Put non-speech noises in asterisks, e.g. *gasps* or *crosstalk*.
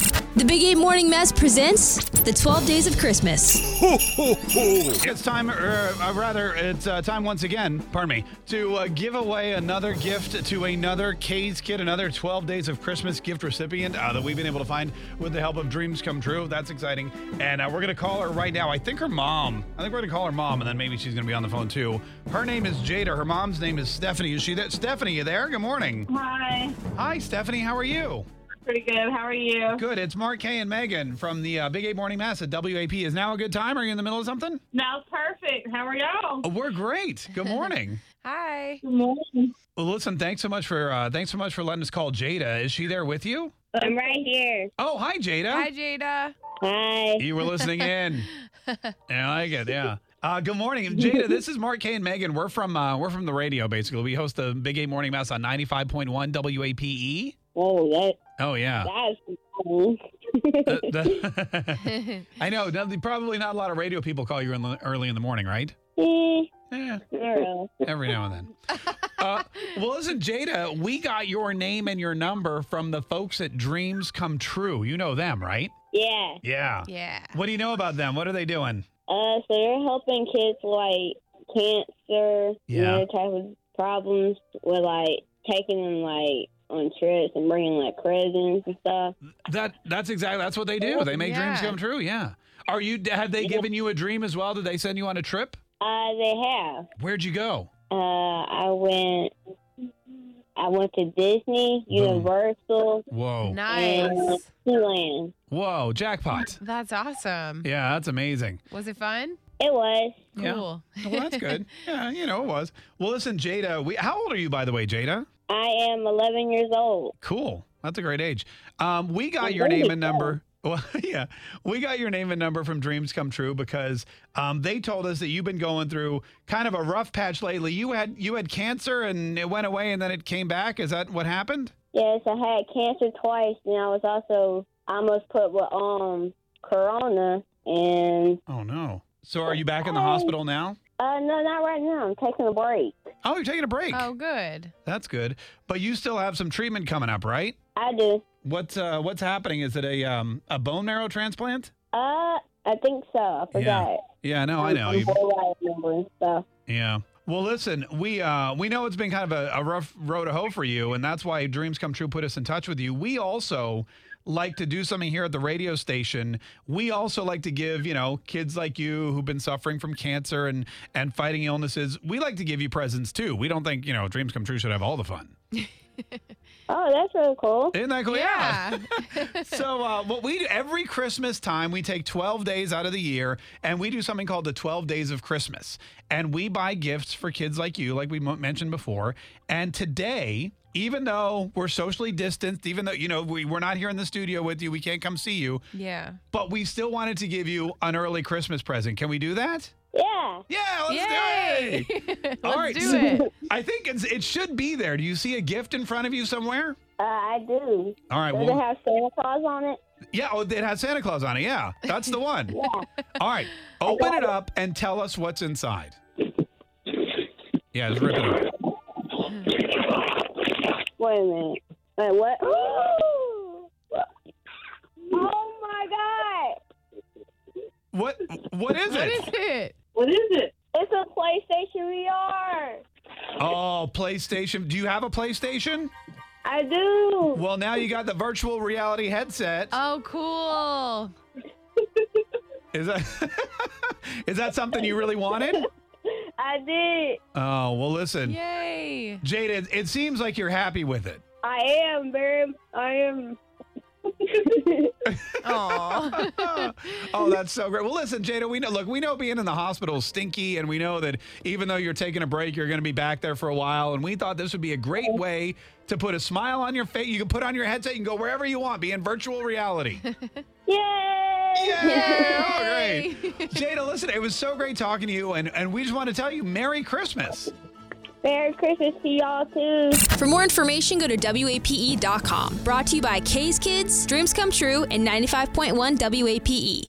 The Big 8 Morning Mass presents The 12 Days of Christmas. It's time, or uh, rather, it's uh, time once again, pardon me, to uh, give away another gift to another K's kid, another 12 Days of Christmas gift recipient uh, that we've been able to find with the help of Dreams Come True. That's exciting. And uh, we're going to call her right now. I think her mom, I think we're going to call her mom, and then maybe she's going to be on the phone too. Her name is Jada. Her mom's name is Stephanie. Is she there? Stephanie, you there? Good morning. Hi. Hi, Stephanie. How are you? Pretty good. How are you? Good. It's Mark Kay and Megan from the uh, Big Eight Morning Mass at WAP. Is now a good time? Are you in the middle of something? Now perfect. How are y'all? Oh, We're great. *laughs* Good morning. Hi. Good morning. well, listen, thanks so much for uh, thanks so much for letting us call Jada. Is she there with you? I'm right here. Oh, hi, Jada. Hi, Jada. Hi. You were listening in. yeah, I like it. Yeah. Uh, good morning, Jada. This is Mark Kay and Megan. We're from uh, we're from the radio. Basically, we host the Big Eight Morning Mass on ninety five point one WAPe. Oh, that E. Oh yeah. that's cool. The- the- *laughs* I know. no, Probably not a lot of radio people call you in the, early in the morning, right? *laughs* *laughs* Eh, Yeah. not really. every now and then. Uh, well, listen, Jada, we got your name and your number from the folks at Dreams Come True. You know them, right? Yeah. Yeah. Yeah. What do you know about them? What are they doing? Uh, so you're helping kids like cancer, and Yeah. other type of problems with like taking them like on trips and bringing like presents and stuff. That that's exactly that's what they do. They make dreams Yeah. come true. Yeah. Are you have they given you a dream as well? Did they send you on a trip? Uh, they have. Where'd you go? Uh, I went. I went to Disney, Boom. Universal, Whoa. Nice. Disneyland. Whoa, jackpot. That's awesome. Yeah, that's amazing. *laughs* Was it fun? It was Yeah. Cool. Well, that's good. yeah, you know it was. Well, listen, Jada, we how old are you by the way, Jada? I am 11 years old. Cool. That's a great age. Um, we got Well, your there name you and go. number. Well, *laughs* yeah, we got your name and number from Dreams Come True because um, they told us that you've been going through kind of a rough patch lately. You had you had cancer and it went away and then it came back. Is that what happened? Yes, I had cancer twice, and I was also almost put with um corona. And Oh no. Oh. So are you back in the hospital now? uh, no, not right now. I'm taking a break. Oh, you're taking a break. *laughs* Oh, good. That's good. But you still have some treatment coming up, right? I do. What's uh, what's happening? Is it a um, a bone marrow transplant? Uh, I think so. I forgot. Yeah, no, I know. I'm You- bored right now, so. Yeah. Well, listen, we uh, we know it's been kind of a, a rough road to hoe for you, and that's why Dreams Come True put us in touch with you. We also like to do something here at the radio station. We also like to give, you know, kids like you who've been suffering from cancer and and fighting illnesses. We like to give you presents too. We don't think you know Dreams Come True should have all the fun. Oh, that's really cool. Isn't that cool? Yeah. so uh, what we do every christmas time we take 12 days out of the year and we do something called the 12 days of christmas and we buy gifts for kids like you like we mo- mentioned before and today even though we're socially distanced even though you know we, we're not here in the studio with you we can't come see you *laughs* yeah. but we still wanted to give you an early christmas present can we do that Yeah. yeah let's Yay. do it *laughs* Let's All right. do it. i think it's, it should be there do you see a gift in front of you somewhere Uh, I do. all right Does well it have Santa Claus on it? Yeah, oh, it has Santa Claus on it. Yeah, that's the one. All right, open it up and tell us what's inside. Yeah, just rip it up. Wait a minute. Wait, what? *gasps* oh my God! What? What is What is it? it? What is it? It's a PlayStation VR. Oh, PlayStation. Do you have a PlayStation? I do. Well, now you got the virtual reality headset. Oh, cool. Is that *laughs* is that something you really wanted? *laughs* I did. Oh, well, listen, Yay. Jada, it, it seems like you're happy with it. I am very. I am. *laughs* Oh. *laughs* *laughs* oh, that's so great. Well, listen, Jada, we know, look, we know being in the hospital is stinky, and we know that even though you're taking a break, you're going to be back there for a while. And we thought this would be a great way to put a smile on your face. You can put on your headset, you can go wherever you want, be in virtual reality. Yay! Yay! Yay. Oh, great. Jada, listen, it was so great talking to you, and, and we just want to tell you Merry Christmas. Merry Christmas to y'all too. For more information, go to E WAPE.com. Brought to you by K's Kids, Dreams Come True, and 95.1 WAPE.